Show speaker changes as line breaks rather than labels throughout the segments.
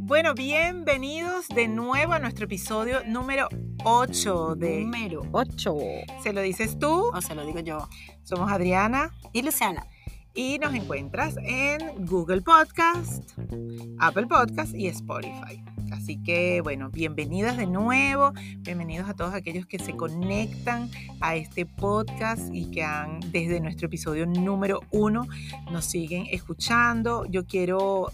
Bueno, bienvenidos de nuevo a nuestro episodio número 8 de
Número 8.
Se lo dices tú,
O se lo digo yo.
somos Adriana
Y Luciana.
y nos encuentras en Google Podcast, Apple Podcast y Spotify. Así que bueno, bienvenidas de nuevo, bienvenidos a todos aquellos que se conectan a este podcast y que han desde nuestro episodio número uno nos siguen escuchando. Yo quiero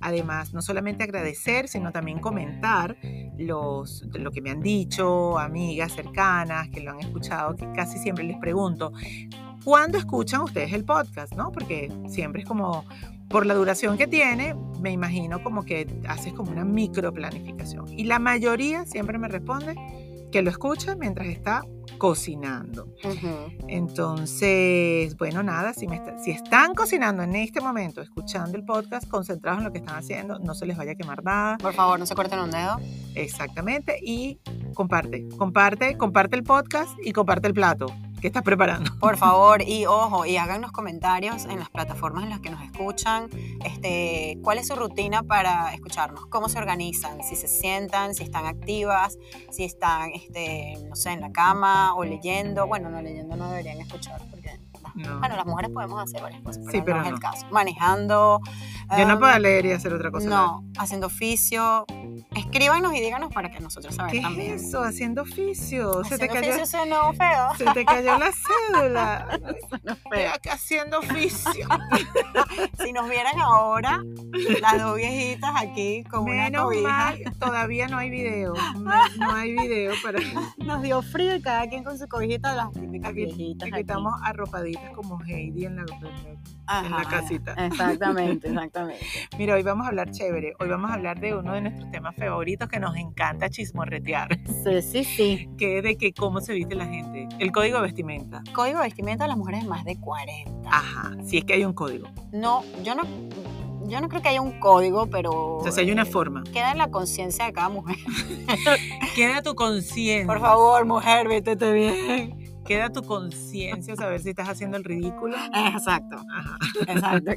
además no solamente agradecer, sino también comentar los, lo que me han dicho amigas cercanas que lo han escuchado, que casi siempre les pregunto, ¿cuándo escuchan ustedes el podcast? ¿No? Porque siempre es como, por la duración que tiene, me imagino como que haces como una micro planificación. Y la mayoría siempre me responde que lo escucha mientras está cocinando. Entonces, bueno, nada, si, me está- si están cocinando en este momento, escuchando el podcast, concentrados en lo que están haciendo, no se les vaya a quemar nada.
Por favor, no se corten un dedo.
Exactamente. Y comparte, comparte, comparte el podcast y comparte el plato que estás preparando.
Por favor, y ojo, y hagan los comentarios en las plataformas en las que nos escuchan. Este, ¿Cuál es su rutina para escucharnos? ¿Cómo se organizan? Si se sientan, si están activas, si están, este, no sé, en la cama o leyendo. Bueno, no leyendo no deberían escuchar porque...
No.
Bueno, las mujeres podemos hacer varias cosas, pero,
Sí, pero
no es
no.
el caso. Manejando.
Yo no
em,
puedo leer y hacer otra cosa.
No, haciendo oficio. Escríbanos y díganos para que nosotros sabemos
¿Qué
también.
es eso? Haciendo oficio. se, te
Haciendo
cayó,
oficio suena feo.
se te cayó la cédula.
feo.
Estoy haciendo oficio.
Si nos vieran ahora, las dos viejitas aquí con una
Menos
cobija.
mal, todavía no hay video. No, no hay video para
Nos dio frío y cada quien con su cobijita, las típicas
Aquí-
viejitas.
que estamos arropaditas como Heidi en la, en la casita.
Eh. Exactamente, exactamente.
Mira, hoy vamos a hablar chévere. Hoy vamos a hablar de uno de nuestros temas favoritos que nos encanta chismorretear,
Sí, sí, sí.
que es de que cómo se viste la gente. El código de vestimenta.
Código de vestimenta de las mujeres más de 40.
Ajá, si es que hay un código.
No, yo no, yo no creo que haya un código, pero.
Entonces hay una forma.
Queda en la conciencia de cada mujer.
Queda tu conciencia.
Por favor, mujer, vétete bien.
Queda tu conciencia saber si estás haciendo el ridículo.
Exacto,
Ajá.
exacto.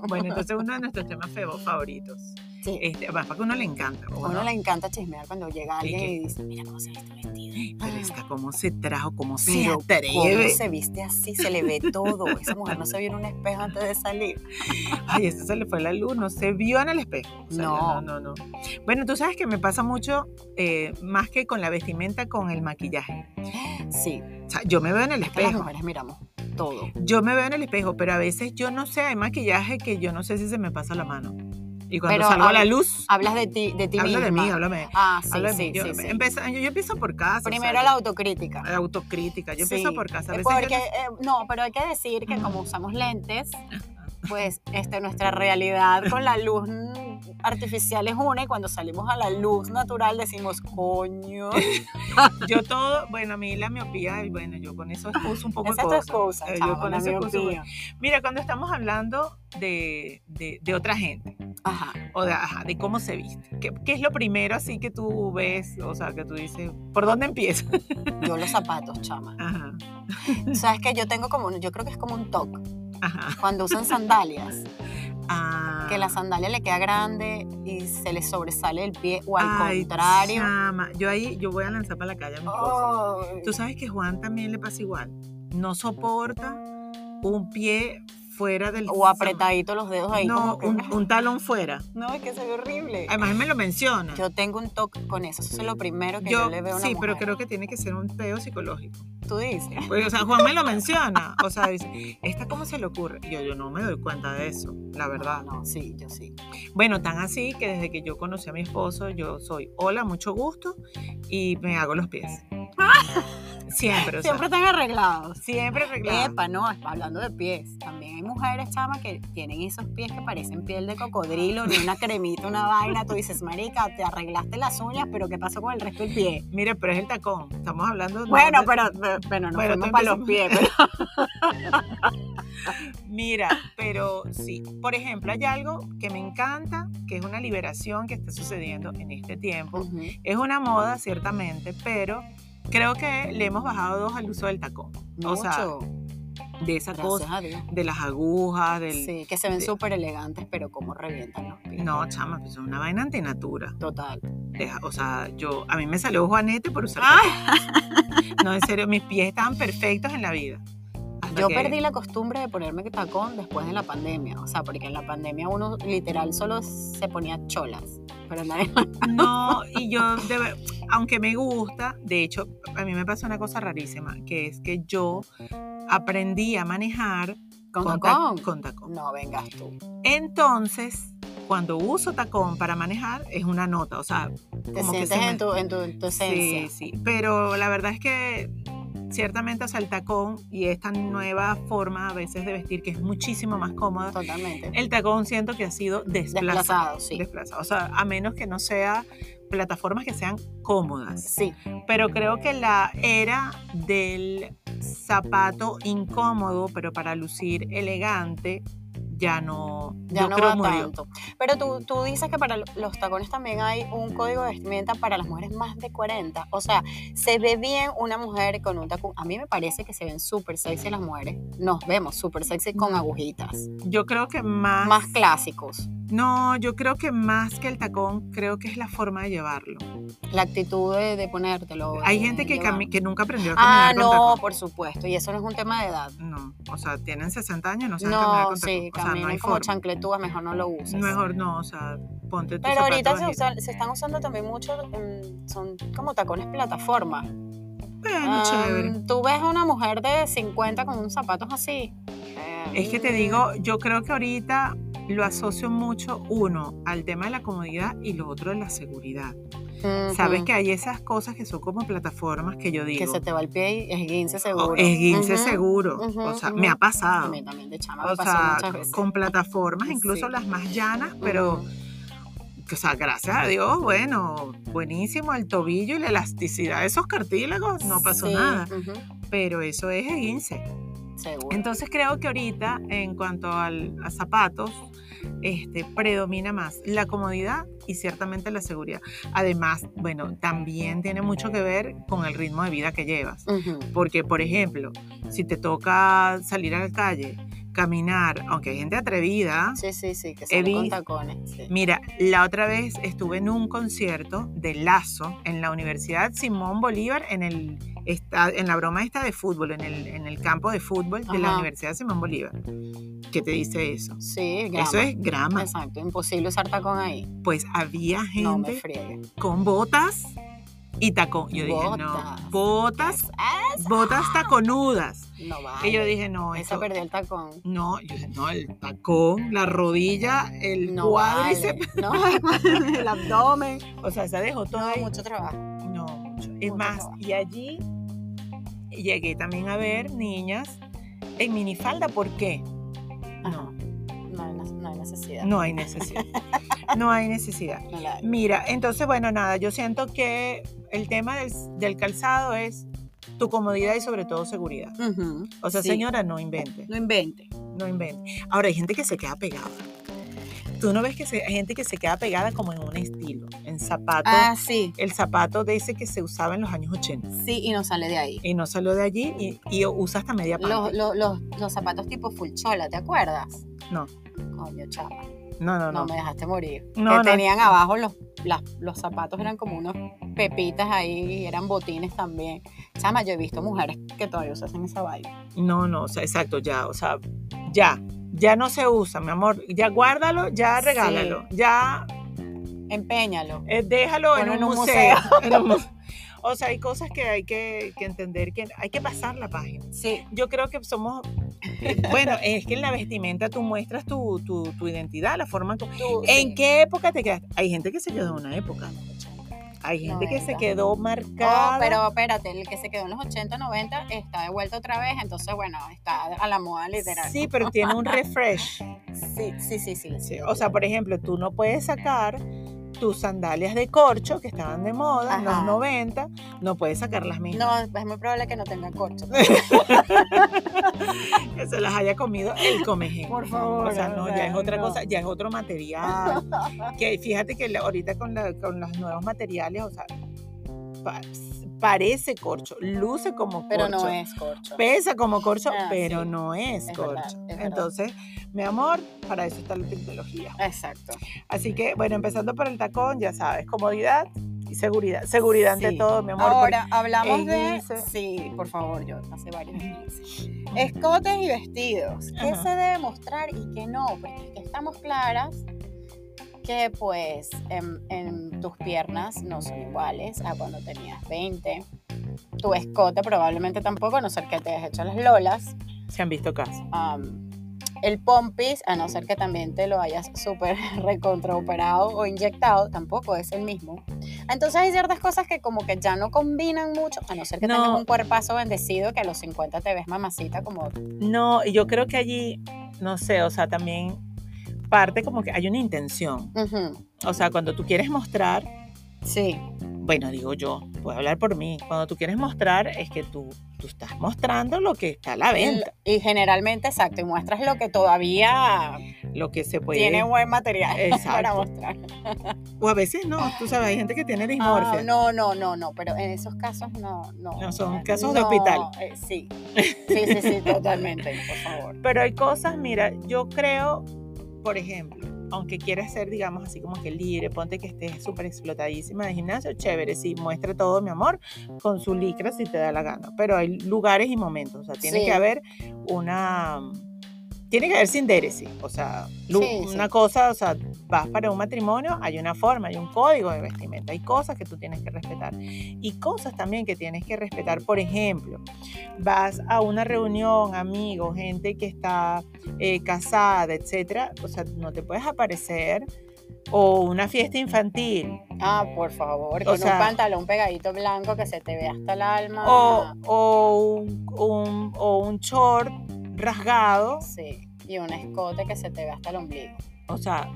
Bueno, entonces uno de nuestros temas febo- favoritos.
Sí.
Este, más para que a uno le encanta. ¿o
A uno
no?
le encanta chismear cuando llega alguien
que-
y dice, mira cómo se viste vestido.
Pero esta, cómo se trajo, cómo se
Pero, Ah, ¿Cómo
atreve.
se viste así? Se le ve todo. Esa mujer no se vio en un espejo antes de salir.
Ay, eso se le fue la luz, no se vio en el espejo. O sea,
No.
no, no, no. Bueno, tú sabes que me pasa mucho, eh, más que con la vestimenta, con el maquillaje.
Sí,
O sea, yo me veo en el
es que las
espejo.
mujeres miramos todo.
Yo me veo en el espejo, pero a veces yo no sé, hay maquillaje que yo no sé si se me pasa la mano. Y cuando
Pero
salgo a la
habla-
luz,
Hablas de ti, de ti
hablo
misma.
de mí, háblame.
Ah, sí,
Hablo de
sí,
mí. Yo,
sí, sí.
empeza- yo- yo empiezo por casa. o sea,
Primero la autocrítica.
la autocrítica. Yo empiezo
Sí,
por casa. A
eh,
veces yo
Porque, eh, no, pero hay que decir que
Ujú.
como usamos lentes, pues este, nuestra realidad con la luz mm, artificial es una y cuando salimos a la luz natural decimos, coño,
Yo todo, bueno, a mí la miopía, y bueno, yo con eso excuso un poco de
esa es tu
cosas.
excusa,
Eh, yo
chama,
con
la
eso excuso-
miopía.
Mira, cuando estamos hablando de, de- de otra gente,
Ajá.
o de, ajá, de cómo se viste, ¿qué, qué es lo primero así que tú ves? O sea, que tú dices, ¿por dónde empieza?
Yo los zapatos, chama.
Ajá,
Sabes que yo tengo como, un- yo creo que es como un toque.
ajá.
Cuando usan sandalias,
Ah,
que la sandalia le queda grande y se le sobresale el pie, o al
ay,
contrario.
chama, yo ahí, yo voy a lanzar para la calle a mi esposo.
Ay,
Tú sabes que Juan también le pasa igual. No soporta un pie fuera del...
o apretadito los dedos ahí.
No,
como que- "Ah".
un, un talón fuera.
no, es que se ve horrible.
Además, él me lo menciona.
Yo tengo un toque con eso. Eso es lo primero que yo, le veo a una
sí, pero
mujer.
creo que tiene que ser un peo psicológico.
Tú dices.
Porque, o sea, Juan me lo menciona. O sea, dice, ¿esta cómo se le ocurre? Y Yo, yo no me doy cuenta de eso, la verdad.
No, no, sí, yo sí.
Bueno, tan así que desde que yo conocí a mi esposo, yo soy, hola, mucho gusto, y me hago los pies. Siempre, o sea,
Siempre están arreglados.
siempre arreglada.
Epa, no, hablando de pies. También hay mujeres, chamas, que tienen esos pies que parecen piel de cocodrilo, ni una cremita, una vaina. Tú dices, marica, te arreglaste las uñas, pero ¿qué pasó con el resto del pie?
Mira, pero es el tacón. Estamos hablando. de-
Bueno, pero, pero- bueno, no
Bueno,
fuimos
tú
para los pies. Pero...
Mira, pero sí. Por ejemplo, hay algo que me encanta, que es una liberación que está sucediendo en este tiempo, Es una moda, ciertamente, pero creo que le hemos bajado dos al uso del tacón.
Mucho.
O sea, de esa
Gracias
cosa,
a Dios.
de las agujas, del...
Sí, que se ven
de-
súper elegantes, pero como revientan los pies.
No, chama, pues es una vaina antinatura.
Total.
Deja- O sea, yo, a mí me salió Juanete por usar...
Ah,
tacones. No, en serio, mis pies estaban perfectos en la vida. Hasta
yo
que-
perdí la costumbre de ponerme tacón después de la pandemia. O sea, porque en la pandemia uno literal solo se ponía cholas. Pero nadie.
No, y yo, de ver- aunque me gusta, de hecho, a mí me pasó una cosa rarísima, que es que yo aprendí a manejar
¿Con
ta-
tacón?
con tacón.
No, vengas tú.
Entonces, cuando uso tacón para manejar, es una nota, o sea,
Te
Como que
sientes
se me-
en, tu, en tu, en tu
sí,
esencia.
sí. Pero la verdad es que ciertamente, o sea, el tacón y esta nueva forma a veces de vestir, que es muchísimo más cómoda,
Totalmente.
el tacón siento que ha sido desplazado.
Desplazado, sí.
desplazado. O sea, a menos que no sea plataformas que sean cómodas.
Sí,
Pero creo que la era del zapato incómodo, pero para lucir elegante, ya no,
ya
yo
no
creo
va
murió.
tanto. Pero tú, tú dices que para lo- los tacones también hay un código de vestimenta para las mujeres más de 40. O sea, se ve bien una mujer con un tacón. A mí me parece que se ven súper sexy las mujeres. Nos vemos súper sexy con agujitas.
Yo creo que más,
Más clásicos.
no, yo creo que más que el tacón, creo que es la forma de llevarlo.
La actitud de, de ponértelo. de
Hay gente que,
llevar.
cami- que nunca aprendió a
Ah,
caminar con
no,
tacón.
por supuesto. Y eso no es un tema de edad.
No, o sea, tienen 60 años, no saben caminar
No,
con tacón.
sí,
o sea, no
caminan
hay
como
forma.
chancletúas, mejor no lo uses.
Mejor no, o sea, ponte tu
Pero ahorita
zapato
se,
bajito.
usan- se están usando también mucho, mm, son como tacones plataforma.
Bueno, Ah, chévere.
Um, Tú ves a una mujer de 50 con unos zapatos así. Eh,
Es que te digo, yo creo que ahorita lo asocio mucho, uno, al tema de la comodidad y lo otro de la seguridad.
ujú,
Sabes que hay esas cosas que son como plataformas que yo digo,
que se te va el pie y es 15 seguro.
"Oh, es guince
Ujú.
seguro.
ujú,
o sea,
ujú.
me ha
A
pasado.
mí también de chama me
O
pasó
sea,
muchas veces.
con plataformas, incluso
Sí.
las más llanas, pero,
Ujú.
o sea, gracias a Dios, bueno, buenísimo el tobillo y la elasticidad de esos cartílagos, no pasó
Sí,
nada.
ujú,
Pero eso es guince.
Seguro.
Entonces creo que ahorita en cuanto al, a zapatos, este, predomina más la comodidad y ciertamente la seguridad. Además, bueno, también tiene mucho que ver con el ritmo de vida que llevas.
Ujú,
Porque, por ejemplo, si te toca salir a la calle, caminar, aunque hay gente atrevida.
Sí, sí, sí, que sale con
vis-
tacones. sí.
Mira, la otra vez estuve en un concierto de Lazo en la Universidad Simón Bolívar, en, el, esta- en la broma esta de fútbol, en el, en el campo de fútbol de la
Ajá.
Universidad Simón Bolívar. ¿Qué te dice eso?
Sí,
Eso
grama.
es grama.
Exacto, imposible usar tacón ahí.
Pues había
No me
gente
friegue.
con botas y tacón. Yo dije, no,
Botas.
botas,
Ah,
botas taconudas.
No va.
Y yo dije, no,
Esa
eso,
perdió el tacón.
no, yo dije, no, el tacón, la rodilla, el
No
cuádriceps,
vale. No, el abdomen.
o sea, se dejó todo
No,
ahí.
mucho trabajo.
No, mucho. Es
Mucho
más,
trabajo.
y allí llegué también a ver niñas en minifalda. ¿Por qué?
Ajá.
No,
Ah, No hay, ne- no hay necesidad.
no hay necesidad. No hay necesidad.
No la hay.
Mira, entonces, bueno, nada, yo siento que el tema del, del calzado es tu comodidad y sobre todo seguridad.
Ujú,
O sea,
sí.
señora, no invente,
No invente.
no invente. Ahora, hay gente que se queda pegada. Tú no ves que se- hay gente que se queda pegada como en un estilo, en zapatos.
Ah, sí.
El zapato de ese que se usaba en los años 80
Sí, y no sale de ahí.
y no salió de allí y, y usa hasta media panty.
Los, los, los, los zapatos tipo full chola, ¿te acuerdas?
No.
Coño, chapa.
No, no,
No,
no.
me dejaste morir.
No,
que
no.
tenían abajo los, las- los zapatos, eran como unos pepitas ahí, y eran botines también. Chama, yo he visto mujeres que todavía usan esa vaina.
No, no, o sea, exacto, ya, o sea, ya. Ya no se usa, mi amor. Ya guárdalo, ya
Sí.
regálalo, ya
Empéñalo.
Eh, déjalo en
Ponlo
un,
en un
museo. en un museo. O sea, hay cosas que hay que, que entender, que hay que pasar la página.
Sí,
Yo creo que somos, bueno, es que en la vestimenta tú muestras tu, tu, tu identidad, la forma en tu-
tú.
¿En
sí.
qué época te quedaste? Hay gente que se quedó en una época, hay gente que se
90.
quedó
Oh,
marcada.
pero espérate, el que se quedó en los 80, 90 está de vuelta otra vez, entonces bueno, está a la moda literal.
Sí, pero tiene un refresh.
sí, sí, sí. sí,
Sí, O sea, por ejemplo, tú no puedes sacar tus sandalias de corcho que estaban de moda en los
Ajá.
90, no puedes sacar las mismas.
no, es muy probable que no tenga corcho.
que se las haya comido el comején.
Por favor,
O sea, no, ya es
no.
otra cosa, ya es otro material. que fíjate que la- ahorita con, la- con los nuevos materiales, o sea, pa- parece corcho, luce como corcho.
Pero no es corcho.
Pesa como corcho,
Ah,
pero
sí.
no es,
Es
corcho.
verdad, es verdad.
Entonces, mi amor, para eso está la tecnología.
Exacto.
Así que, bueno, empezando por el tacón, ya sabes, comodidad y seguridad. Seguridad ante
Sí.
todo, mi amor. porque-
Ahora hablamos de.
esguince.
Sí, por favor, yo hace varios esguinces. Escotes y vestidos. ¿Qué
Ajá.
se debe mostrar y qué no? Porque que estamos claras que, pues, en, en tus piernas no son iguales a cuando tenías 20. Tu escote probablemente tampoco, a no ser que te hayas hecho las lolas.
se han visto casos.
Am, um, el pompis, a no ser que también te lo hayas súper recontraoperado o inyectado, tampoco es el mismo. Entonces hay ciertas cosas que como que ya no combinan mucho, a no ser que
No.
tengas un cuerpazo bendecido que a los 50 te ves mamacita como...
No, y yo creo que allí, no sé, o sea, también parte como que hay una intención.
Ujú,
O sea, cuando tú quieres mostrar,
Sí,
bueno, digo yo, puedo hablar por mí, cuando tú quieres mostrar es que tú, tú estás mostrando lo que está a la venta,
y generalmente, exacto, y muestras lo que todavía
lo que se puede...
tiene buen material para
Pues, Exacto.
mostrar.
O a veces no, tú sabes, hay gente que tiene dismorfia.
Ah, no, no, no, no, pero en esos casos no, no.
No, son casos de hospital.
eh, sí, sí, sí, sí, totalmente, por favor.
Pero hay cosas, mira, yo creo, por ejemplo, aunque quieras ser, digamos, así como que libre, ponte que estés súper explotadísima de gimnasio, chévere, sí, muestra todo, mi amor, con su licra si te da la gana. Pero hay lugares y momentos, o sea, tiene
Sí.
que haber una... Tiene que haber sindéresis, o sea, lu-
Sí, sí.
una cosa, o sea, vas para un matrimonio, hay una forma, hay un código de vestimenta, hay cosas que tú tienes que respetar y cosas también que tienes que respetar. Por ejemplo, vas a una reunión, amigos, gente que está eh, casada, etcétera, o sea, no te puedes aparecer o una fiesta infantil
Ah, por favor,
O
con
sea-
un pantalón pegadito blanco que se te ve hasta el alma.
o, o un, un- o un short rasgado,
Sí, y un escote que se te ve hasta el ombligo.
o sea,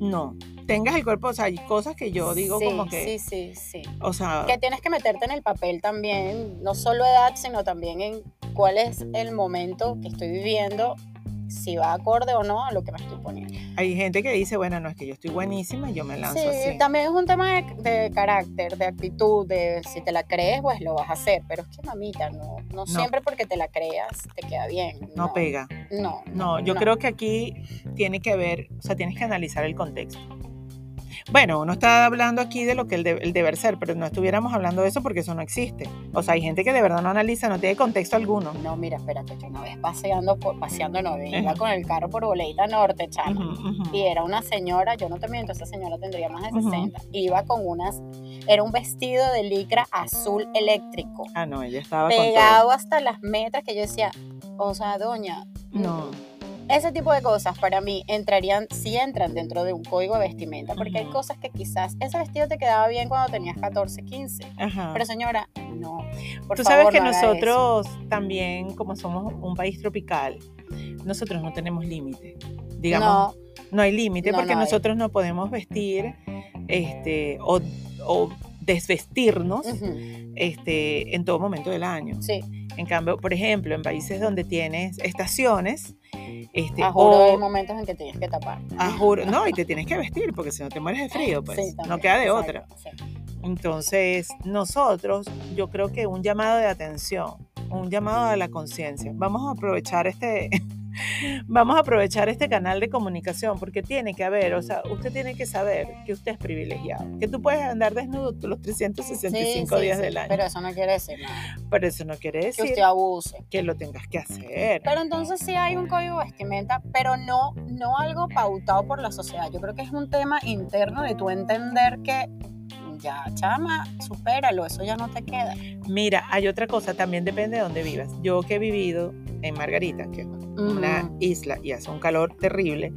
no. Tengas el cuerpo, o sea, hay cosas que yo digo
Sí,
como que, Ah.
Sí, sí, sí.
o sea,
Que tienes que meterte en el papel también, no solo edad, sino también en cuál es el momento que estoy viviendo, si va acorde o no a lo que me estoy poniendo.
hay gente que dice, bueno, no es que yo estoy buenísima y yo me lanzo
Sí,
así.
también es un tema de, de carácter, de actitud, de si te la crees, pues lo vas a hacer. Pero es que, mamita, no, no, siempre porque te la creas te queda bien.
No pega.
No,
No, yo
No.
creo que aquí tiene que ver, o sea, tienes que analizar el contexto. Bueno, uno está hablando aquí de lo que el, de- el deber ser, pero no estuviéramos hablando de eso porque eso no existe. O sea, hay gente que de verdad no analiza, no tiene contexto alguno.
No, mira, espérate, yo una vez paseando, por, paseando no, iba
Ajá.
con el carro por Boleita Norte, chama.
Ujú, ujú.
Y era una señora, yo no te miento, esa señora tendría más de
Ujú.
60. Iba con unas, era un vestido de licra azul eléctrico,
Ah, no, ella estaba con todo.
pegado hasta las metras que yo decía, o sea, doña,
No,
ese tipo de cosas para mí entrarían, si entran dentro de un código de vestimenta, porque hay
Ujú.
cosas que quizás ese vestido te quedaba bien cuando tenías 14, 15.
ajá.
Pero señora, no. Por
Ah. Tú
favor,
sabes que
no haga eso.
nosotros también, como somos un país tropical, nosotros no tenemos límite. Digamos,
No,
no hay límite
No,
porque
no hay.
nosotros no podemos vestir este, o, o desvestirnos
ujú,
este, en todo momento del año.
sí.
En cambio, por ejemplo, en países donde tienes estaciones, este,
A juro, hay
o,
momentos en que tienes que tapar.
ah, juro- no, y te tienes que vestir porque si no te mueres de frío, pues
Sí, también,
no queda de
exacto,
otra.
sí.
Entonces, nosotros, yo creo que un llamado de atención, un llamado a la conciencia. Vamos a aprovechar este vamos a aprovechar este canal de comunicación porque tiene que haber, o sea, usted tiene que saber que usted es privilegiado, que tú puedes andar desnudo los
Sí,
365
sí,
días
sí,
del año.
Pero eso no quiere decir nada,
Pero eso no quiere
que
decir
usted abuse.
que lo tengas que hacer.
Pero entonces sí hay un código de vestimenta, pero no, no algo pautado por la sociedad. Yo creo que es un tema interno de tú entender que ya, chama, supéralo, eso ya no te queda.
Mira, hay otra cosa, también depende de dónde vivas. Yo que he vivido en Margarita, que es una
Mm,
isla y hace un calor terrible,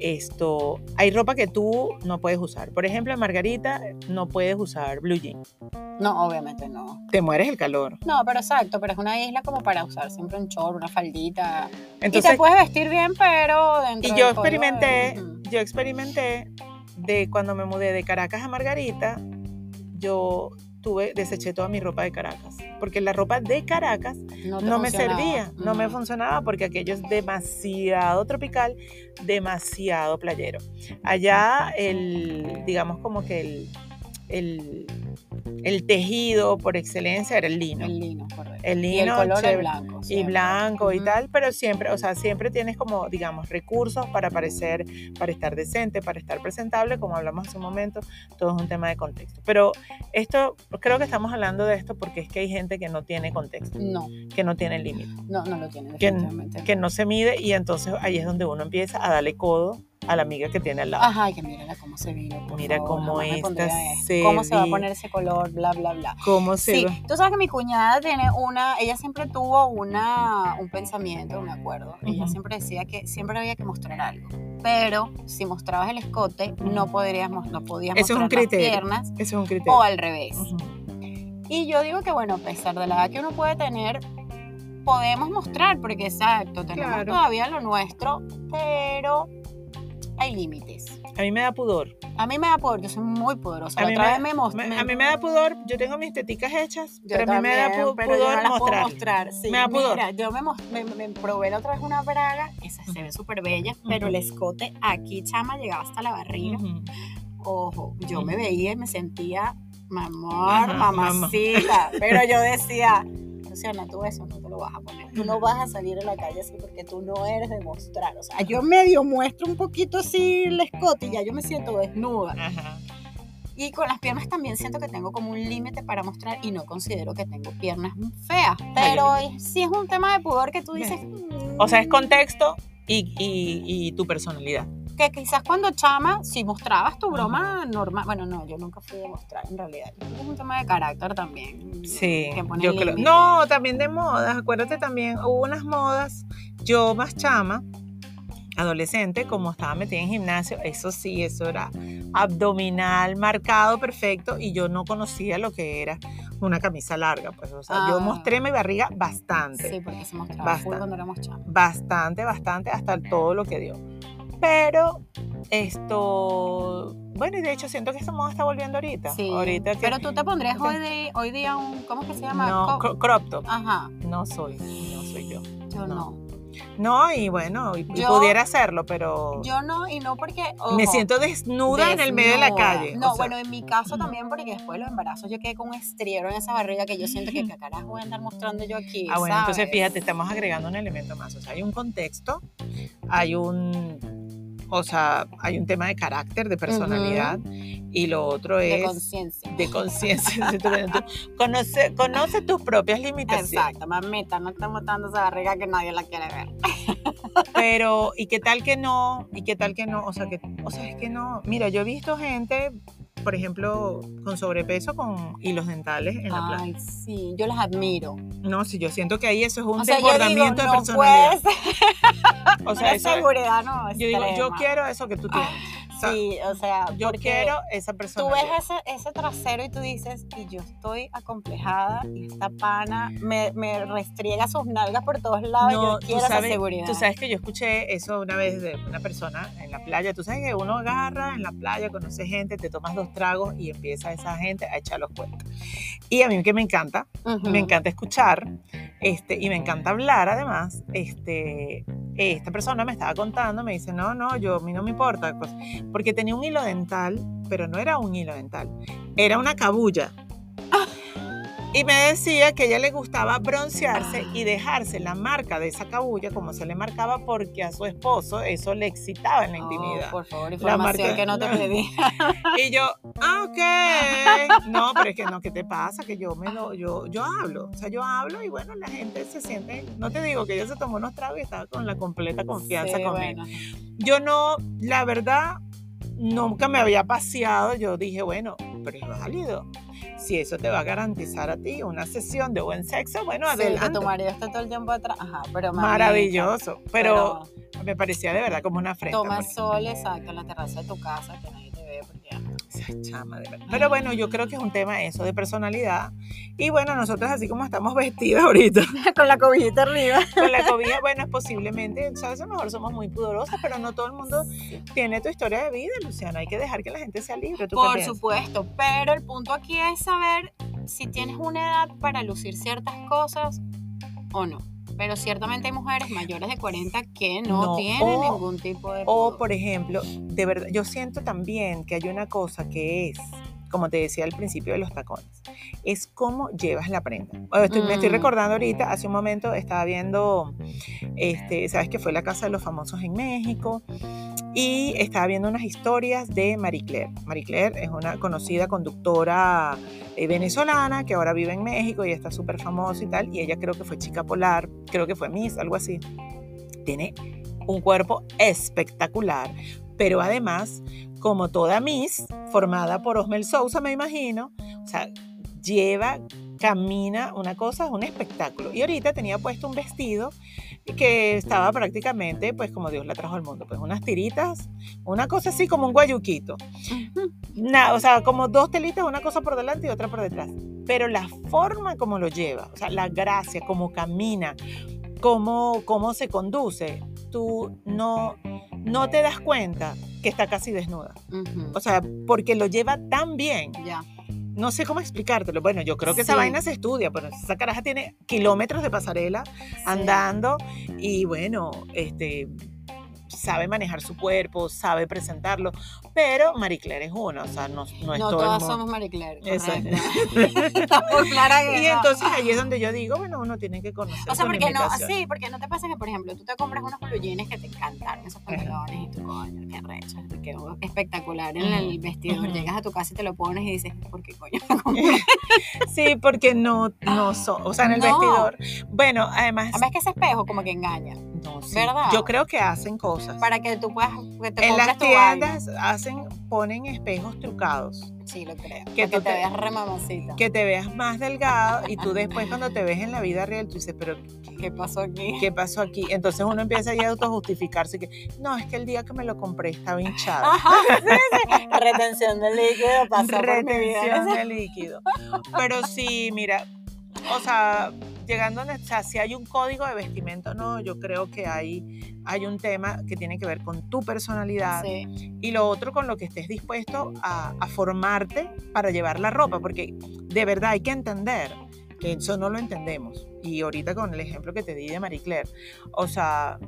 esto, hay ropa que tú no puedes usar. Por ejemplo, en Margarita no puedes usar blue jean.
No, obviamente no.
Te mueres el calor.
No, pero exacto, pero es una isla como para usar siempre un chor, una faldita. y te
Entonces,
puedes vestir bien, pero dentro
y yo
del código de-
experimenté,
Ujú.
yo experimenté de cuando me mudé de Caracas a Margarita, yo tuve deseché toda mi ropa de Caracas, porque la ropa de Caracas
mm, te
no me
funcionaba.
servía, no me
Ujú.
funcionaba porque aquello es demasiado tropical, demasiado playero. Allá el, digamos como que el, el, el tejido por excelencia era el lino.
El lino, correcto.
El lino
y el color es
chévere,
blanco.
y
siempre.
blanco y
Ujú.
tal, pero siempre, o sea, siempre tienes como, digamos, recursos para parecer, para estar decente, para estar presentable, como hablamos hace un momento, todo es un tema de contexto. Pero esto, creo que estamos hablando de esto porque es que hay gente que no tiene contexto,
No,
que no tiene límite,
no, no lo tiene,
Que-
definitivamente.
que no se mide y entonces ahí es donde uno empieza a darle codo a la amiga que tiene al lado.
Ajá, y que mírala cómo se vino. por
Mira
favor,
cómo
jamás me
esta
pondría esto,
se
Cómo se va a
vi-
poner ese color, bla, bla, bla.
¿Cómo se
Sí,
va?
tú sabes que mi cuñada tiene una, ella siempre tuvo una, un pensamiento, un acuerdo. Ella
Ujú.
siempre decía que siempre había que mostrar algo. Pero si mostrabas el escote, no podríamos, no podías
Eso es un
mostrar las
criterio.
piernas
Ese es un criterio.
o al revés.
Ujú.
Y yo digo que, bueno, a pesar de la edad que uno puede tener, podemos mostrar, porque exacto, tenemos
Claro.
todavía lo nuestro, pero hay límites.
A mí me da pudor.
A mí me da pudor, yo soy muy poderosa.
A mí,
Otra
me,
vez me most-
me-
me-
a mí me da pudor. Yo tengo mis teticas hechas,
Yo
pero a mí me da
también,
pu-
pero yo no
pudor
las puedo
mostrar.
mostrar. Sí,
Me da pudor.
mira, yo me, mos- me, me probé la otra vez una braga, esas se ven súper bellas, pero el escote aquí, chama, llegaba hasta la barriga.
Ujú.
Ojo, yo me
Ujú.
veía y me sentía, mi amor,
Ajá, mamá.
mamacita. Pero yo decía, Luciana, tú eso no te lo vas a poner. Tú no vas a salir a la calle así porque tú no eres de mostrar. O sea, yo medio muestro un poquito así el escote y ya yo me siento desnuda.
Ajá.
Y con las piernas también siento que tengo como un límite para mostrar y no considero que tengo piernas feas. Pero es- sí es un tema de pudor que tú dices.
O sea, es
"Mm",
contexto y, y- y tu personalidad.
Que quizás cuando chama, si mostrabas tu broma normal. Bueno, no, yo nunca fui de mostrar en realidad. Yo creo que es un tema de carácter también.
Sí,
que pone
yo creo.
límites.
No, también de modas. Acuérdate también, hubo unas modas. Yo más chama, adolescente, como estaba metida en gimnasio, eso sí, eso era abdominal marcado perfecto y yo no conocía lo que era una camisa larga. Pues, o sea,
Ah.
yo mostré mi barriga bastante.
Sí, porque se mostraba
Basta.
full cuando éramos chamas.
bastante, bastante, hasta todo lo que dio. Pero esto, bueno, y de hecho siento que esta moda está volviendo ahorita.
Sí.
Ahorita que
Pero tú te pondrías hoy, de- hoy día un. ¿Cómo es que se llama?
no,
Co-
cro- crop top,
Ajá,
no soy, no soy yo. No.
yo no.
No, y bueno, y, y
Yo-
pudiera hacerlo, pero
Yo no, y no porque.
me
ojo,
siento desnuda, en el medio de la
Desnuda.
calle.
No,
o sea,
bueno, en mi caso también, porque después de los embarazos yo quedé con un estriero en esa barriga que yo siento que qué carajo voy a andar mostrando yo aquí.
Ah, bueno, entonces
¿sabes?
fíjate, estamos agregando un elemento más. O sea, hay un contexto, hay un, o sea, hay un tema de carácter, de personalidad, y lo otro
De
es
conciencia.
de conciencia. si tú- tú- conoce, conoce tus propias limitaciones.
Exacto, mamita, no estás mostrando esa barriga que nadie la quiere ver.
Pero, ¿y qué tal que no? ¿Y qué tal que no? O sea, que, o sea, es que no. Mira, yo he visto gente, por ejemplo, con sobrepeso, con hilos dentales en la playa.
Ay, sí, yo las admiro.
No, si yo siento que ahí eso es un
o sea, yo digo,
desbordamiento
no
de personalidad.
puede ser
o sea,
una
eso es-
seguridad, no.
yo digo, yo
extrema.
quiero eso que tú tienes. O sea,
Sí, o sea,
yo
porque
quiero esa
Tú
persona.
ves ese, ese trasero y tú dices, y yo estoy acomplejada y esta pana me, me restriega sus nalgas por todos lados. y
No,
yo
tú
quiero esa
sabes-
seguridad.
Tú sabes que yo escuché eso una vez de una persona en la playa. Tú sabes que uno agarra en la playa, conoce gente, te tomas dos tragos y empieza esa gente a echar los cuentos. Y a mí que me encanta,
Ujú.
me encanta escuchar este, y me encanta hablar además. Este, esta persona me estaba contando, me dice, no, no, yo a mí no me importa, pues, porque tenía un hilo dental, pero no era un hilo dental, era una cabulla. Y me decía que a ella le gustaba broncearse y dejarse la marca de esa cabulla como se le marcaba porque a su esposo eso le excitaba en la
Oh,
intimidad.
por favor, información
marca-
que no te
la-
pedí.
Y yo, ah, ok. No, pero es que no, ¿qué te pasa? Que yo me lo, yo, yo hablo. O sea, yo hablo y bueno, la gente se siente, no te digo que ella se tomó unos tragos y estaba con la completa confianza
Sí,
conmigo.
bueno.
Yo no, la verdad, nunca me había paseado. Yo dije, bueno, pero es válido. Si eso te va a garantizar a ti una sesión de buen sexo, bueno,
Sí, que
adelante.
tu marido está todo el tiempo atrás. Ajá, pero mamita,
Maravilloso. Pero, me parecía de verdad como una
pero
afrenta. pues.
toma
porque-
sol, exacto, en la terraza de tu casa, que nadie te ve. Porque...
Esa chama, de
Mm.
verdad. Pero bueno, yo creo que es un tema eso de personalidad. Y bueno, nosotros así como estamos vestidas ahorita
Con la cobijita arriba.
con la cobija, bueno, es posiblemente, ¿sabes? A lo mejor somos muy pudorosas, pero no todo el mundo tiene tu historia de vida, Luciana. Hay que dejar que la gente sea libre. ¿Tú qué
Por
piensas?
supuesto, pero el punto aquí es saber si tienes una edad para lucir ciertas cosas o no. Pero ciertamente hay mujeres mayores de 40 que no,
No,
tienen
o-
ningún tipo de...
O,
pudor.
por ejemplo, de verdad, yo siento también que hay una cosa que es como te decía al principio de los tacones, es cómo llevas la prenda. Bueno, estoy- Me estoy
Mm.
recordando ahorita, hace un momento estaba viendo, este, sabes que fue la casa de los famosos en México y estaba viendo unas historias de Marie Claire. Marie Claire es una conocida conductora eh, venezolana que ahora vive en México y está súper famosa y tal, y ella creo que fue chica polar, creo que fue Miss, algo así. Tiene un cuerpo espectacular, pero además, como toda Miss, formada por Osmel Sousa, me imagino, o sea, lleva, camina, una cosa, es un espectáculo. Y ahorita tenía puesto un vestido que estaba prácticamente, pues como Dios la trajo al mundo, pues unas tiritas, una cosa así como un guayuquito. Na- o sea, como dos telitas, una cosa por delante y otra por detrás. Pero la forma como lo lleva, o sea, la gracia, cómo camina, cómo, cómo se conduce, tú no, no te das cuenta que está casi desnuda.
Ujú.
O sea, porque lo lleva tan bien.
Ya.
No sé cómo explicártelo. Bueno, yo creo que esa
Sí.
vaina se estudia, pero esa caraja tiene kilómetros de pasarela andando y bueno, este sabe manejar su cuerpo, sabe presentarlo, pero Marie Claire es una, o sea, no, no es
No
pues todo el
todas
mundo.
somos Marie Claire.
Eso es.
correcto. Estamos claras que
Y
no.
entonces ahí es donde yo digo, bueno, uno tiene que conocer
O sea,
sus
porque no,
limitaciones.
sí, porque no te pasa que, por ejemplo, tú te compras unos blue jeans que te encantaron, esos pantalones y tu coño, qué recha, te quedó espectacular en el
Ujú,
vestido.
ujú.
Llegas a tu casa y te lo pones y dices, ¿por qué coño?
Sí, porque no, no son, o sea, en el
No.
vestidor. Bueno, además,
Además que ese espejo como que engaña,
no, sí,
¿verdad?
yo creo que hacen cosas.
para que tú puedas, que te
en
compres
las
tu alma.
tiendas hacen, ponen espejos trucados.
Sí, lo creo.
que
Que,
tú
te,
te-
veas remamacita. ¿Qué,
Que te veas más delgado y tú después cuando te ves en la vida real, tú dices, pero
pasó aquí?
¿qué pasó aquí? Entonces uno empieza ya a autojustificarse que no, es que el día que me lo compré estaba hinchado.
Ajá, sí, sí. Retención de líquido pasó Ah, por mi vida.
Retención de líquido. Pero sí, mira, o sea, llegando a, o sea, si hay un código de vestimenta, no, yo creo que hay, hay un tema que tiene que ver con tu personalidad
Sí.
y lo otro con lo que estés dispuesto a, a formarte para llevar la ropa, porque de verdad hay que entender que eso no lo entendemos. Y ahorita con el ejemplo que te di de Marie Claire, o sea,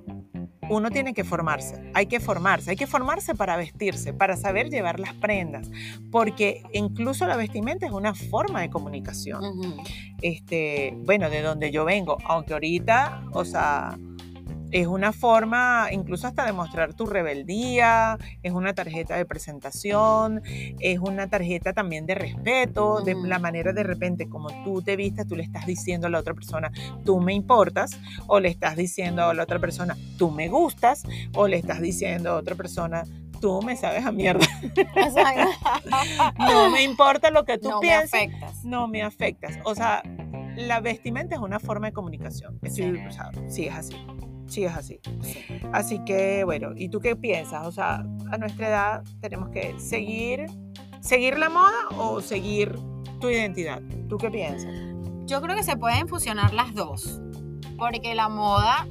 uno tiene que formarse, hay que formarse, hay que formarse para vestirse, para saber llevar las prendas, porque incluso la vestimenta es una forma de comunicación
Ujú.
este, bueno, de donde yo vengo, aunque ahorita, o sea, es una forma incluso hasta de mostrar tu rebeldía, es una tarjeta de presentación, es una tarjeta también de respeto, de
Ujú.
la manera de repente como tú te vistas, tú le estás diciendo a la otra persona, tú me importas, o le estás diciendo a la otra persona, tú me gustas, o le estás diciendo a otra persona, tú me sabes a mierda,
Exacto.
no me importa lo que tú
no
pienses,
me afectas.
no me afectas. O sea, la vestimenta es una forma de comunicación. Estoy- o sea, sí, es así. Sí, es así.
Sí.
Así que, bueno, ¿y tú qué piensas? O sea, a nuestra edad tenemos que seguir, seguir la moda o seguir tu identidad. ¿Tú qué piensas?
Yo creo que se pueden fusionar las dos, porque la moda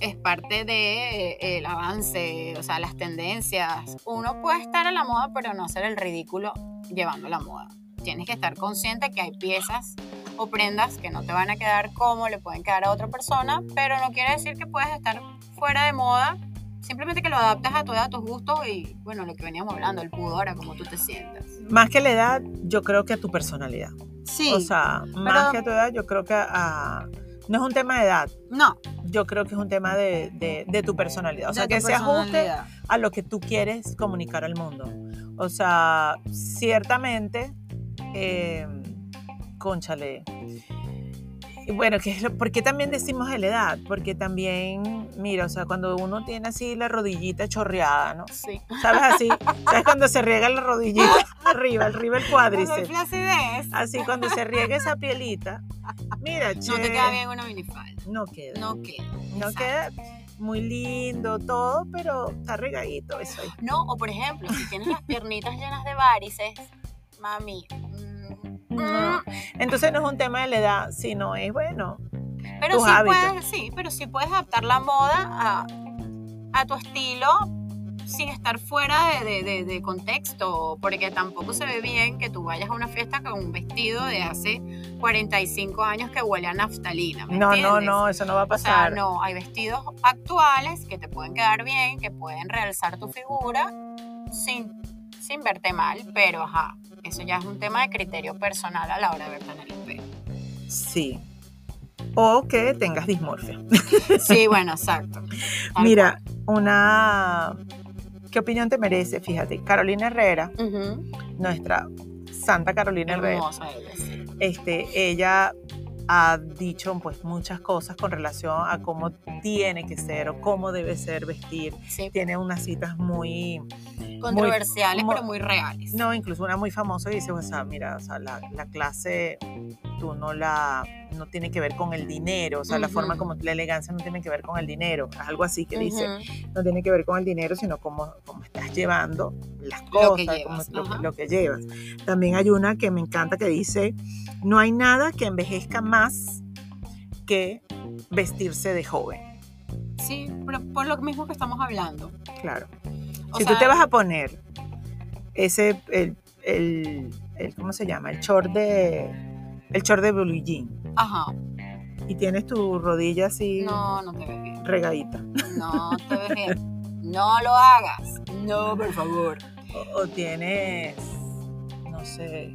es parte del de, eh, el avance, o sea, las tendencias. Uno puede estar a la moda, pero no ser el ridículo llevando la moda. Tienes que estar consciente que hay piezas o prendas que no te van a quedar como le pueden quedar a otra persona, pero no quiere decir que puedes estar fuera de moda, simplemente que lo adaptas a tu edad, a tus gustos y, bueno, lo que veníamos hablando, el pudor, a cómo tú te sientas.
Más que la edad, yo creo que a tu personalidad.
Sí,
O sea, más
pero-
que a tu edad, yo creo que a- no es un tema de edad.
no,
Yo creo que es un tema de, de- de tu personalidad. O sea,
de
que
tu
se ajuste
personalidad.
a lo que tú quieres comunicar al mundo. O sea, ciertamente, eh, conchale. Bueno, que es lo- ¿por qué también decimos de la edad? Porque también, mira, o sea, cuando uno tiene así la rodillita chorreada, ¿no?
Sí.
¿Sabes así? ¿Sabes cuando se riega la rodillita arriba, arriba el
Cuando hay
cuádriceps?
flacidez,
Así, cuando se riega esa pielita, mira, che,
no te queda bien una minifalda.
No queda. No,
No queda. exacto.
queda muy lindo todo, pero está regadito eso ahí.
No, o por ejemplo, si tienes las piernitas llenas de varices, mami. mm,
No.
mm,
Entonces no es un tema de la edad, sino es bueno.
pero
Tus
sí
hábitos.
puedes, sí, pero sí puedes adaptar la moda a, a tu estilo sin estar fuera de, de- de- de contexto, porque tampoco se ve bien que tú vayas a una fiesta con un vestido de hace 45 años que huele a naftalina. ¿me
No, no,
entiendes?
no, eso no va a
O sea,
pasar.
no, hay vestidos actuales que te pueden quedar bien, que pueden realzar tu figura sin sin verte mal, pero ajá, eso ya es un tema de criterio personal a la hora de verte en el espejo.
Sí. O que tengas dismorfia.
Sí, bueno, exacto. Tal
Mira, una... ¿Qué opinión te merece? Fíjate, Carolina Herrera,
cual. Ujú,
nuestra Santa Carolina Herrera,
Hermosa ella, sí.
este, ella ha dicho pues muchas cosas con relación a cómo tiene que ser o cómo debe ser vestir.
Sí,
Tiene unas citas muy
controversiales,
muy-
pero muy reales.
No, incluso una muy famosa que dice, o sea, mira, o sea, la, la clase tú no la no tiene que ver con el dinero, o sea, la
Ujú.
forma como la elegancia no tiene que ver con el dinero, algo así que dice,
Ujú,
no tiene que ver con el dinero, sino cómo, cómo estás llevando las
que
cosas,
llevas,
cómo- lo, que,
ajá.
lo que llevas. También hay una que me encanta que dice, no hay nada que envejezca más que vestirse de joven.
Sí, pero por lo mismo que estamos hablando.
Claro.
O
si
sea,
tú te vas a poner ese, el, el, el- ¿cómo se llama? El short de, el short de blue jean
Ajá,
y tienes tu rodilla así
no, no te ves bien.
regadita
No te ves bien. No lo hagas. No, por favor.
o, o tienes, no sé,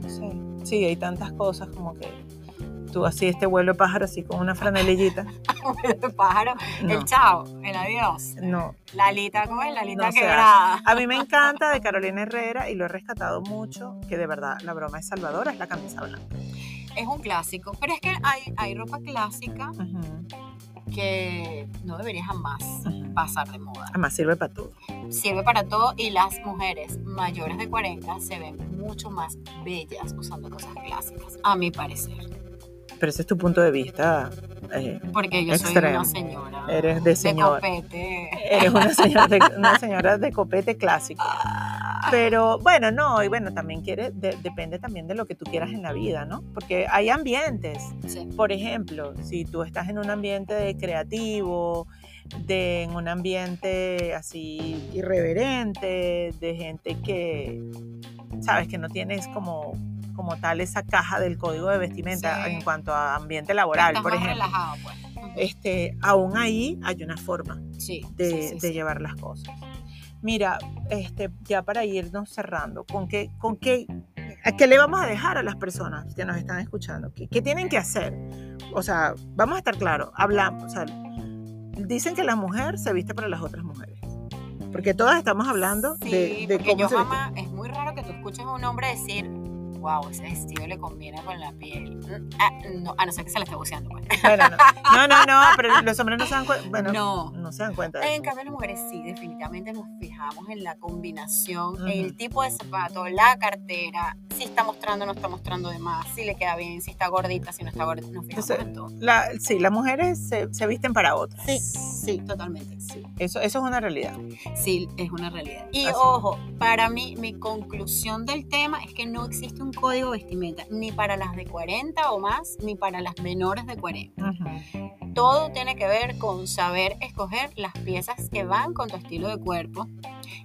no sé. Sí, hay tantas cosas como que tú así este vuelo de pájaro así con una franelillita.
El pájaro, el
No,
chao, el adiós.
no.
La alita, ¿cómo es? La alita
No se
quebrada.
A mí me encanta de Carolina Herrera y lo he rescatado mucho, que de verdad la broma es salvadora, es la camisa blanca.
Es un clásico. Pero es que hay, hay ropa clásica
Ujú,
que no debería jamás
ujú.
pasar de moda.
Además sirve para todo.
Sirve para todo y las mujeres mayores de 40 se ven mucho más bellas usando cosas clásicas, a mi parecer.
Pero ese es tu punto de vista. eh,
Porque yo soy
Extremo.
una señora
eres de
de
señor.
copete.
Eres una señora, de, una señora de copete clásico.
Ah.
Pero bueno, no, y bueno, también quiere, de- depende también de lo que tú quieras en la vida, ¿no? Porque hay ambientes.
Sí.
Por ejemplo, si tú estás en un ambiente de creativo, de, en un ambiente así irreverente, de gente que, sabes, que no tienes como, como tal esa caja del código de vestimenta
Sí.
en cuanto a ambiente laboral,
Estás
por
más
ejemplo.
relajado, pues. Ujú.
este, aún ahí hay una forma
Sí,
de,
sí, sí,
de
sí.
llevar las cosas. Mira, este, ya para irnos cerrando, ¿con qué, con qué, ¿a qué le vamos a dejar a las personas que nos están escuchando? ¿Qué, qué tienen que hacer? O sea, vamos a estar claros, hablamos. o sea, dicen que la mujer se viste para las otras mujeres. Porque todas estamos hablando
Sí,
de, de
porque
cómo
yo
se viste.
jamás- es muy raro que tú escuches a un hombre decir, wow, ese vestido le combina con la piel. Mm, ah, no, a no ser que se la esté buceando. pues.
Bueno, no. no, no, no, pero los hombres no se dan cuenta. Bueno, no.
no. Eh.
se dan cuenta. de
En
eso.
cambio, las mujeres sí, definitivamente nos fijamos en la combinación,
Ujú.
el tipo de zapato, la cartera, si está mostrando o no está mostrando de más, si le queda bien, si está gordita, si no está gordita, nos fijamos
Entonces-
en todo.
La- sí, las mujeres se, se visten para otras.
Sí, sí, totalmente, sí.
Eso, eso es una realidad.
Sí, es una realidad. Y
Así.
ojo, para mí, mi conclusión del tema es que no existe un código de vestimenta, ni para las de 40 o más, ni para las menores de 40.
Ujú.
Todo tiene que ver con saber escoger las piezas que van con tu estilo de cuerpo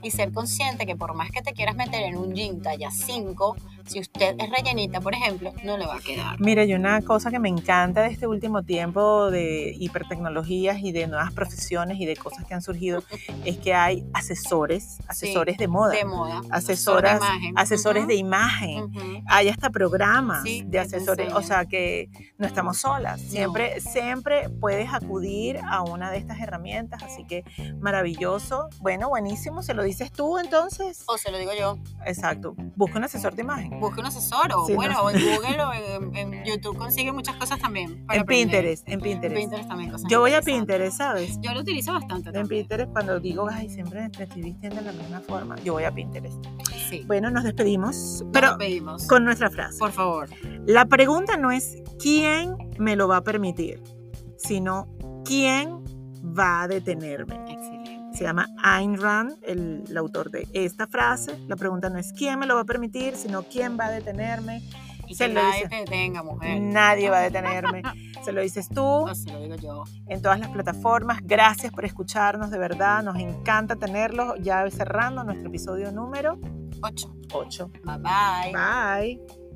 y ser consciente que por más que te quieras meter en un jean talla 5, si usted es rellenita, por ejemplo, no le va a quedar.
Mira, y una cosa que me encanta de este último tiempo de hipertecnologías y de nuevas profesiones y de cosas que han surgido es que hay asesores, asesores de moda,
De moda.
Asesoras-
asesor de imagen.
asesores de
Ujú,
imagen.
ujú.
Hay hasta programas
Sí,
de
que te
asesores, o
enseñan.
sea que no estamos solas. Siempre, siempre puedes acudir a una de estas herramientas, así que maravilloso. Bueno, buenísimo. Se lo dices tú entonces.
O se lo digo yo.
Exacto. Busca un asesor de imagen.
busque un asesor o
Sí,
bueno,
no.
o en Google o en, en YouTube consigue muchas cosas también. para
En
aprender.
Pinterest, en
En
Pinterest.
Pinterest también cosas
Yo voy a
interesantes.
Pinterest, ¿sabes?
Yo lo utilizo bastante
En
también.
Pinterest, cuando digo, ay, siempre me estoy vistiendo de la misma forma, yo voy a Pinterest.
Sí.
Bueno, nos despedimos,
Nos
pero
despedimos.
con nuestra frase.
Por favor.
La pregunta no es quién me lo va a permitir, sino quién va a detenerme.
Excelente.
Se llama Ayn Rand, el, el autor de esta frase. La pregunta no es quién me lo va a permitir, sino quién va a detenerme.
Y
Se
que
lo
nadie
dice.
te detenga, mujer.
Nadie va a detenerme. Se lo dices tú.
O se lo digo yo.
en todas las plataformas. Gracias por escucharnos, de verdad. Nos encanta tenerlos. Ya cerrando nuestro episodio número
Ocho.
8.
Bye bye.
Bye.